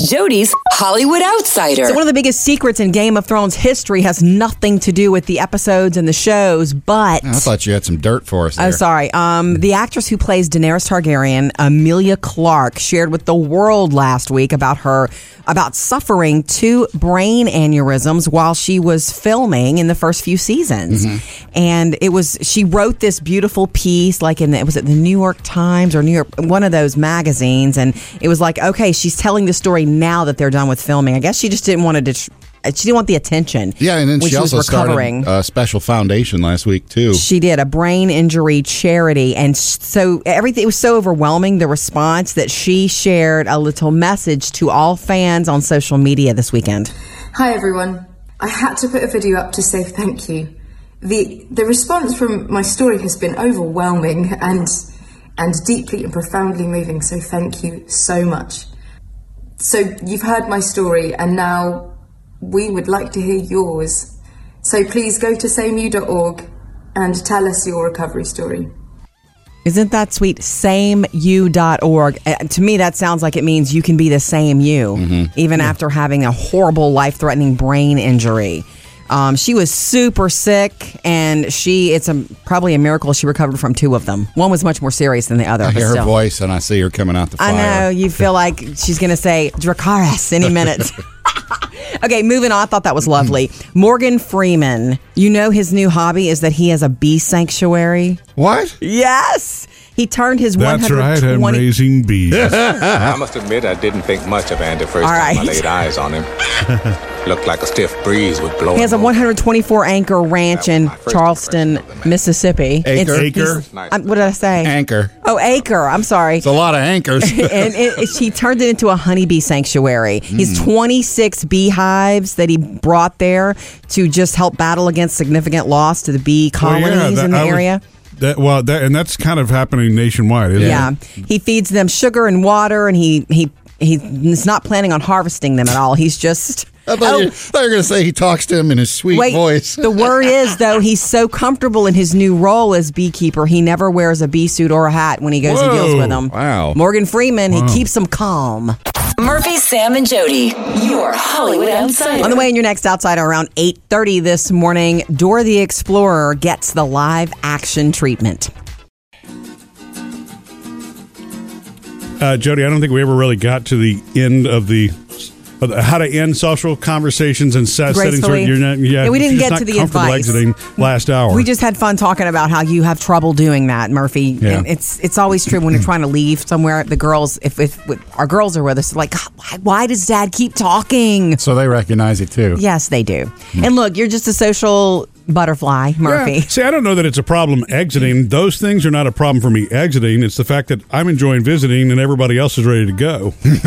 S4: Jody's Hollywood Outsider.
S2: So one of the biggest secrets in Game of Thrones history has nothing to do with the episodes and the shows, but
S3: I thought you had some dirt for us.
S2: Oh,
S3: there.
S2: sorry. Um, the actress who plays Daenerys Targaryen, Amelia Clark, shared with the world last week about her about suffering two brain aneurysms while she was filming in the first few seasons,
S3: Mm-hmm.
S2: and it was she wrote this beautiful piece like in the, was it the New York Times or New York one of those magazines, and it was like okay, she's telling the story now that they're done with filming. I guess she just didn't want to. Detr- she didn't want the attention.
S3: Yeah, and then
S2: when
S3: she also
S2: was recovering.
S3: started uh, a special foundation last week too.
S2: She did a brain injury charity, and sh- so everything it was so overwhelming the response that she shared a little message to all fans on social media this weekend.
S16: Hi everyone. I had to put a video up to say thank you. The the response from my story has been overwhelming and and deeply and profoundly moving, so thank you so much. So you've heard my story and now we would like to hear yours. So please go to sameu.org and tell us your recovery story.
S2: Isn't that sweet? SameU.org. Uh, to me, that sounds like it means you can be the same you,
S3: Mm-hmm.
S2: even after having a horrible, life threatening brain injury. Um, she was super sick, and she it's a, probably a miracle she recovered from two of them. One was much more serious than the other.
S3: I
S2: but
S3: hear her
S2: still.
S3: voice and I see her coming out the
S2: I
S3: fire.
S2: know you feel like she's going to say Dracaris any minute. okay, moving on. I thought that was lovely. Morgan Freeman. You know his new hobby is that he has a bee sanctuary.
S3: What?
S2: Yes. He turned his
S1: That's right.
S2: 120
S1: I'm raising bees.
S17: I must admit, I didn't think much of Andy first
S2: All
S17: time I
S2: right.
S17: laid eyes on him. Looked like a stiff breeze would blow.
S2: He has a
S17: him
S2: 124 anchor ranch in Charleston, Mississippi.
S17: Acre. Acre.
S2: he's- um, what did I say?
S3: Anchor.
S2: Oh, acre. I'm sorry. It's
S3: a lot of anchors.
S2: and it, it- he turned it into a honeybee sanctuary. He's 26 beehives that he brought there to just help battle against significant loss to the bee
S1: Well,
S2: colonies
S1: Oh, that-
S2: in the
S1: I was-
S2: area.
S1: That, well, that, and that's kind of happening nationwide, isn't
S2: yeah.
S1: it?
S2: He feeds them sugar and water, and he he he's not planning on harvesting them at all. He's just. Oh,
S3: I thought, you, I thought you were going to say he talks to him in his sweet
S2: Wait,
S3: voice.
S2: the word is though he's so comfortable in his new role as beekeeper, he never wears a bee suit or a hat when he goes and deals with them.
S3: Wow.
S2: Morgan Freeman,
S4: Wow.
S2: he keeps them calm.
S4: Murphy, Sam, and Jody, your Hollywood Outsider.
S2: On the way in your next outside around 8:30 this morning, Dora the Explorer gets the live action treatment.
S1: Uh, Jody, I don't think we ever really got to the end of the. of the- How to end social conversations and set settings. where
S2: Gracefully.
S1: You're not, yeah,
S2: Yeah, we
S1: you're
S2: didn't
S1: just
S2: get
S1: not
S2: to the
S1: comfortable
S2: advice.
S1: exiting last hour.
S2: We just had fun talking about how you have trouble doing that, Murphy.
S1: Yeah.
S2: And it's it's always true when you're trying to leave somewhere. The girls, if, if, if our girls are with us, like, "God, why, why does Dad keep talking?
S3: So they recognize it too.
S2: Yes, they do. And look, you're just a social butterfly, Murphy.
S1: Hmm. Yeah. See, I don't know that it's a problem exiting. Those things are not a problem for me exiting. It's the fact that I'm enjoying visiting and everybody else is ready to go. That's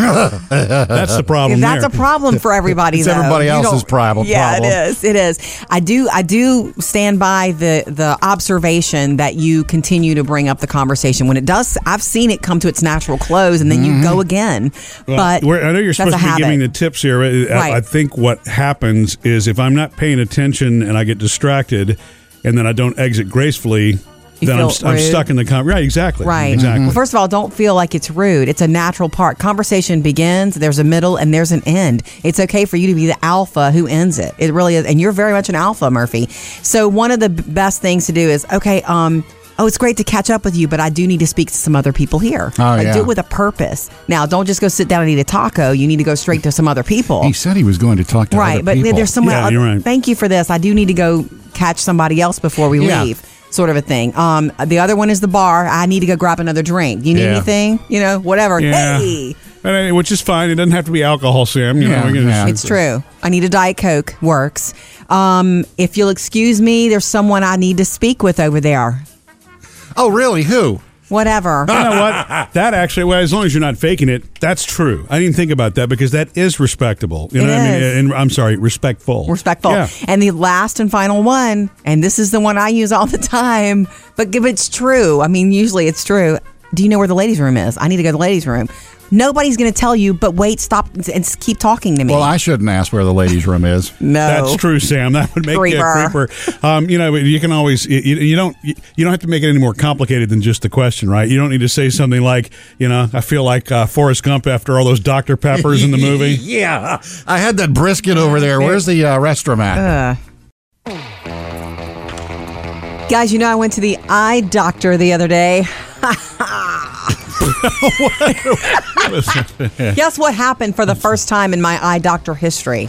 S1: the problem.
S2: That's
S1: there.
S2: a problem for everybody.
S1: It's
S2: though.
S1: everybody
S2: You
S1: else's
S2: don't-
S1: problem-
S2: Yeah,
S1: problem.
S2: it is. It is. I do. I do stand by the the observation that you continue to bring up the conversation when it does. I've seen it come to its natural close, and then you go again.
S1: Mm-hmm. Well,
S2: but
S1: we're- I know you're
S2: that's
S1: supposed
S2: a
S1: to be
S2: habit.
S1: giving the tips here. Uh, I,
S2: Right.
S1: I, I think what happens is if I'm not paying attention and I get distracted, and then I don't exit gracefully,
S2: You
S1: then I'm,
S2: feel
S1: st- I'm
S2: rude?
S1: stuck in the con- right. Exactly.
S2: Right. Mm-hmm.
S1: Exactly.
S2: Well, first of all, don't feel like it's rude. It's a natural part. Conversation begins, there's a middle, and there's an end. It's okay for you to be the alpha who ends it. It really is. And you're very much an alpha, Murphy. So, one of the b- best things to do is, okay, um, Oh, it's great to catch up with you, but I do need to speak to some other people here.
S3: Oh,
S2: Like,
S3: yeah.
S2: Do it with a purpose. Now, don't just go sit down and eat a taco. You need to go straight to some other people
S3: He said he was going to talk to
S2: right
S3: other
S2: but
S3: people.
S2: there's someone else- thank you for this i do need to go catch somebody else before we
S3: Yeah.
S2: leave sort of a thing um the other one is the bar i need to go grab another drink you need
S1: Yeah.
S2: anything you know whatever
S1: Yeah.
S2: hey
S1: And I- which is fine. It doesn't have to be alcohol, Sam. You know, we can just-
S2: it's true i need a diet coke works um if you'll excuse me there's someone i need to speak with over there
S3: oh really who
S2: whatever
S1: You know what? That actually, well, as long as you're not faking it, that's true. I didn't think about that because that is respectable. You
S2: It
S1: know what I
S2: is.
S1: mean? And I'm sorry, respectful.
S2: respectful.
S1: Yeah.
S2: And the last and final one, and this is the one I use all the time, but if it's true, I mean, usually it's true. Do you know where the ladies' room is? I need to go to the ladies' room. Nobody's going to tell you, but wait, stop and s- keep talking to me.
S3: Well, I shouldn't ask where the ladies' room is.
S2: no,
S1: That's true, Sam. That would make you a
S2: Creeper.
S1: creeper. Um, you know, but you can always you, you don't you don't have to make it any more complicated than just the question, right? You don't need to say something like, you know, I feel like uh, Forrest Gump after all those Dr. Peppers in the movie.
S3: yeah, I had that brisket over there. Where's the uh, restaurant?
S2: Guys, you know, I went to the eye doctor the other day. Guess what happened for the first time in my eye doctor history?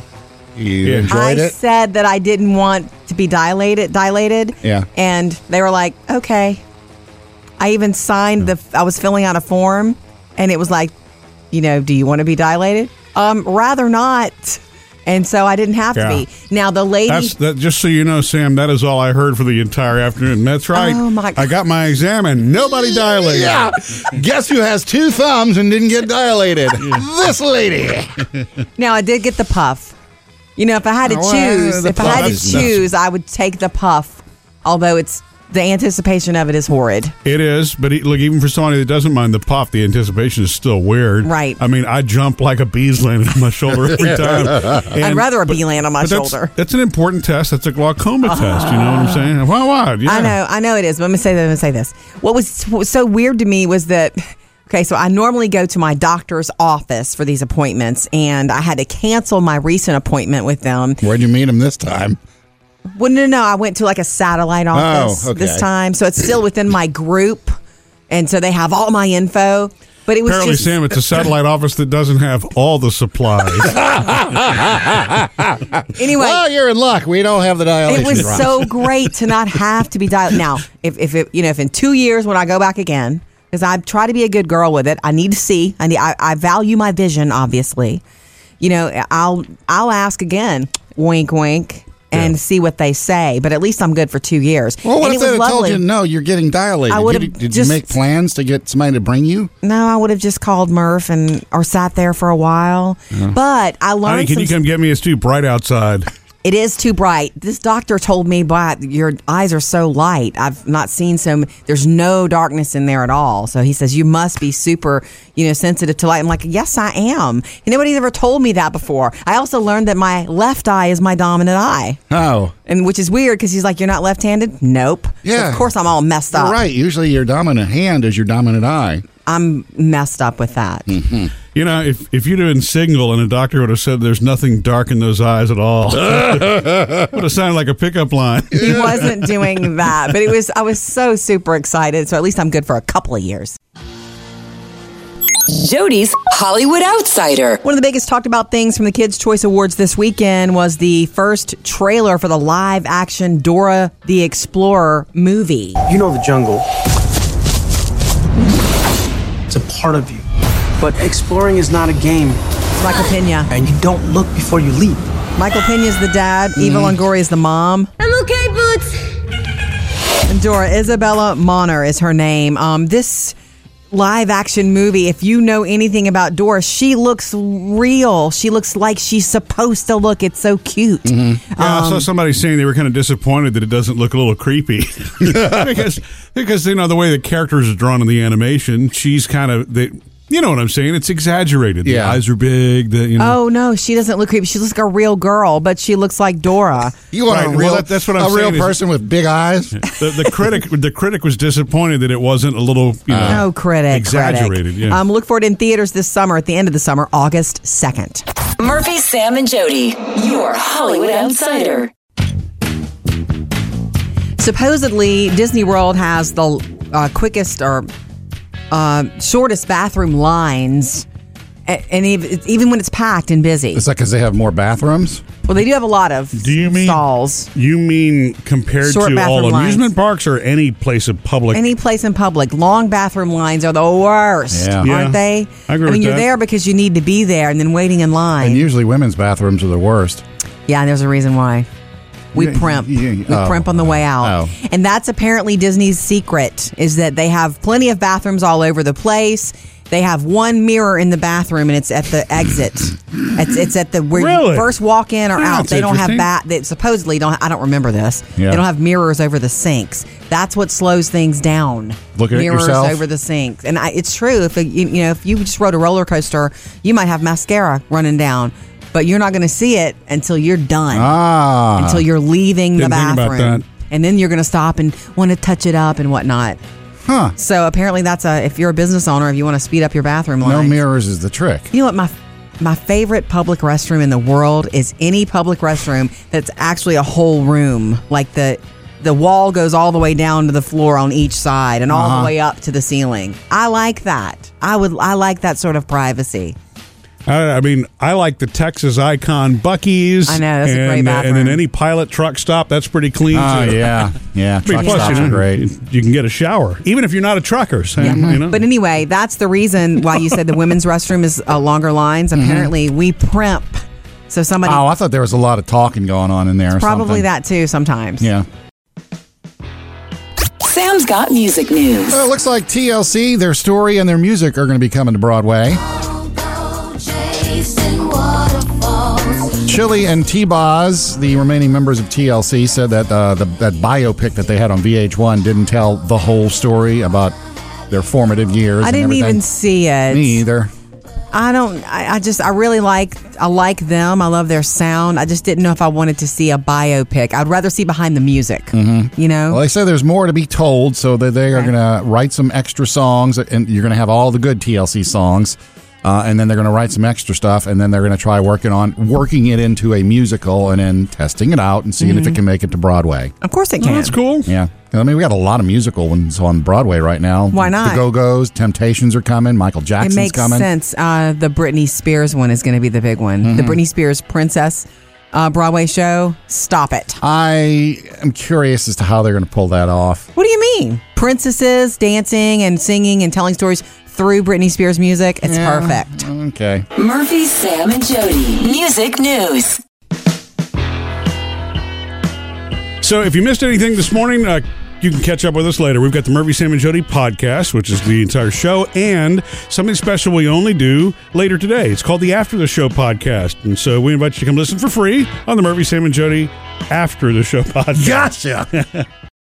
S3: You enjoyed
S2: I
S3: it?
S2: said that I didn't want to be dilated, dilated.
S3: Yeah.
S2: And they were like, "Okay." I even signed the I was filling out a form and it was like, you know, do you want to be dilated? Um rather not. And so I didn't have
S1: Yeah.
S2: to be. Now the lady
S1: That's that. Just so you know, Sam, that is all I heard for the entire afternoon. That's right.
S2: Oh, my
S1: I got my exam and nobody dilated.
S3: Yeah. Guess who has two thumbs and didn't get dilated? this lady.
S2: Now I did get the puff. You know, if I had to
S3: Oh, Well,
S2: choose,
S3: the
S2: if I had
S3: puff
S2: to
S3: is nothing.
S2: choose, I would take the puff. Although it's the anticipation of it is horrid.
S1: It is, but e look, even for somebody that doesn't mind the puff, the anticipation is still weird.
S2: Right.
S1: I mean, I jump like a bee's landing on my shoulder every time.
S2: I'd rather a bee land on my
S1: but that's-
S2: shoulder.
S1: That's, an important test. That's a glaucoma test. You know what I'm saying? Why? Why? Yeah.
S2: Ah. I know, I know it is. But I'm gonna say that. I'm gonna say this. What was what was so weird to me was that. Okay, so I normally go to my doctor's office for these appointments, and I had to cancel my recent appointment with them.
S3: Where'd you meet him this time?
S2: Well, no, no, I went to like a satellite
S1: Oh,
S2: office
S3: okay.
S2: this time, so it's still within my group, and so they have all my info. But it was
S1: Apparently,
S2: just,
S1: Sam, it's a satellite office that doesn't have all the supplies.
S2: Anyway.
S3: well, you're in luck. We don't have the dilation.
S2: It was
S3: drop.
S2: so great to not have to be dialed. Now, if, if it, you know, if in two years when I go back again, because I try to be a good girl with it, I need to see. I need. I, I value my vision, obviously. You know, I'll I'll ask again, wink, wink, and see what they say. But at least I'm good for two years.
S3: Well, what
S2: and
S3: if they had told you no? You're getting dilated.
S2: I would've
S3: did you, did
S2: just-
S3: you make plans to get somebody to bring you?
S2: No, I would have just called Murph and or sat there for a while. But I
S1: Honey,
S2: learned.
S1: can
S2: some
S1: you come get me? It's too bright outside.
S2: It is too bright. This doctor told me, but your eyes are so light. I've not seen some. There's no darkness in there at all. So he says you must be super, you know, sensitive to light. I'm like, yes, I am. And nobody's ever told me that before. I also learned that my left eye is my dominant eye,
S3: Oh,
S2: and which is weird because he's like, you're not left-handed. Nope. So
S3: Yeah.
S2: of course, I'm all messed
S3: you're
S2: up.
S3: right. Usually, your dominant hand is your dominant eye.
S2: I'm messed up with that.
S3: Mm-hmm.
S1: You know, if, if you'd have been single and a doctor would have said there's nothing dark in those eyes at all, it would have sounded like a pickup line.
S2: he wasn't doing that, but it was. I was so super excited. So at least I'm good for a couple of years.
S4: Jody's Hollywood Outsider.
S2: One of the biggest talked about things from the Kids' Choice Awards this weekend was the first trailer for the live action Dora the Explorer movie.
S10: You know the jungle. It's a part of you. But exploring is not a game.
S2: Michael Pena.
S10: And you don't look before you leap.
S2: Michael Pena's the dad, Eva Longoria is the mom.
S18: I'm okay, Boots.
S2: And Dora Isabella Moner is her name. Um, this live action movie, if you know anything about Dora, she looks real. She looks like she's supposed to look. It's so cute.
S1: Yeah, I saw
S2: Um,
S1: somebody saying they were kind of disappointed that it doesn't look a little creepy because because you know the way the characters are drawn in the animation, she's kind of they You know what I'm saying? It's exaggerated. The
S2: Yeah.
S1: eyes are big. The, you know.
S2: Oh no, she doesn't look creepy. She looks like a real girl, but she looks like Dora.
S3: You want
S1: Right,
S3: a
S1: well,
S3: real,
S1: that- that's what I'm
S3: a real
S1: saying is-
S3: person with big eyes?
S1: The, the critic the critic was disappointed that it wasn't a little you know
S2: no Oh, critic.
S1: exaggerated
S2: critic.
S1: yeah
S2: Um, look for it in theaters this summer at the end of the summer, August second.
S4: Murphy, Sam, and Jody, your Hollywood outsider.
S2: Supposedly, Disney World has the uh, quickest or uh, shortest bathroom lines, a- and ev- even when it's packed and busy.
S3: It's like because they have more bathrooms.
S2: Well, they do have a lot of.
S1: do you mean
S2: stalls
S1: you mean compared
S2: Short
S1: to all
S2: bathroom lines.
S1: amusement parks or any place of public
S2: Any place in public, long bathroom lines are the worst,
S1: Yeah. Yeah.
S2: aren't they?
S1: I agree
S2: mean,
S1: with
S2: you're
S1: that.
S2: there because you need to be there, and then waiting in line.
S3: And usually women's bathrooms are the worst.
S2: Yeah, there's a reason why. We
S3: Yeah,
S2: primp.
S3: yeah,
S2: we
S3: oh,
S2: primp on the way out.
S3: oh.
S2: And that's apparently Disney's secret is that they have plenty of bathrooms all over the place. They have one mirror in the bathroom and it's at the exit. it's, it's at the where you
S18: Really?
S2: first walk in or
S18: Well,
S2: out.
S18: that's
S2: They don't have
S18: interesting.
S2: bat they supposedly don't I don't remember this.
S3: Yeah.
S2: They don't have mirrors over the sinks. That's what slows things down.
S3: Look at it
S2: mirrors
S3: yourself.
S2: over the sinks. And I, it's true if you, you know if you just rode a roller coaster, you might have mascara running down. But you're not going to see it until you're done
S3: Ah.
S2: until you're leaving the
S3: Didn't think about
S2: bathroom.
S3: that.
S2: And then you're going to stop and want to touch it up and whatnot.
S3: Huh.
S2: So apparently, that's a if you're a business owner, if you want to speed up your bathroom
S3: No
S2: line.
S3: mirrors is the trick.
S2: you know what my my favorite public restroom in the world is any public restroom that's actually a whole room, like the. The wall goes all the way down to the floor on each side and all
S1: Uh-huh.
S2: the way up to the ceiling. I like that. I would I like that sort of privacy.
S1: I, I mean I like the Texas icon Bucky's
S2: I know, that's a
S1: and, uh,
S2: great
S1: and then
S2: bathroom.
S1: any pilot truck stop that's pretty clean
S3: Oh,
S1: too.
S3: yeah. Yeah,
S1: I mean,
S3: truck
S1: plus, you
S3: stops are
S1: know,
S3: great.
S1: you can get a shower even if you're not a trucker Sam, you know
S2: But anyway, that's the reason why you said the women's restroom is uh, longer lines.
S3: Mm-hmm.
S2: Apparently, we primp. So somebody
S3: Oh, I thought there was a lot of talking going on in there. or
S2: probably
S3: something.
S2: that too sometimes.
S3: Yeah.
S4: Sam's got music news.
S3: Well, it looks like TLC, their story and their music are going to be coming to Broadway. Chili and T Boz, the remaining members of TLC, said that uh, the, that biopic that they had on VH1 didn't tell the whole story about their formative years.
S2: I
S3: and
S2: didn't
S3: everything.
S2: even see it.
S3: Me either.
S2: I don't. I, I just. I really like. I like them. I love their sound. I just didn't know if I wanted to see a biopic. I'd rather see behind the music. Mm-hmm. You know.
S3: Well, they say there's more to be told, so that they are going to write some extra songs, and you're going to have all the good TLC songs, uh, and then they're going to write some extra stuff, and then they're going to try working on working it into a musical, and then testing it out and seeing if it
S2: Mhm.
S3: can make it to Broadway.
S2: Of course it can.
S1: cool.
S3: Yeah, I mean we got a lot of musical ones on Broadway right now.
S2: Why not?
S3: The Go Go's, Temptations are coming, Michael Jackson's
S2: it makes
S3: coming.
S2: sense. Uh, the Britney Spears one is going to be the big one. The
S3: Mhm.
S2: Britney Spears Princess uh, Broadway show. Stop it.
S3: I am curious as to how they're going to pull that off.
S2: What do you mean? Princesses dancing and singing and telling stories through Britney Spears music. It's
S4: Yeah.
S2: perfect.
S3: Okay.
S4: Murphy, Sam, and Jody, music news.
S1: So if you missed anything this morning, uh, you can catch up with us later. We've got the Murphy, Sam, and Jody podcast, which is the entire show, and something special we only do later today. It's called the After the Show podcast. And so we invite you to come listen for free on the Murphy, Sam, and Jody After the Show podcast.
S3: Gotcha.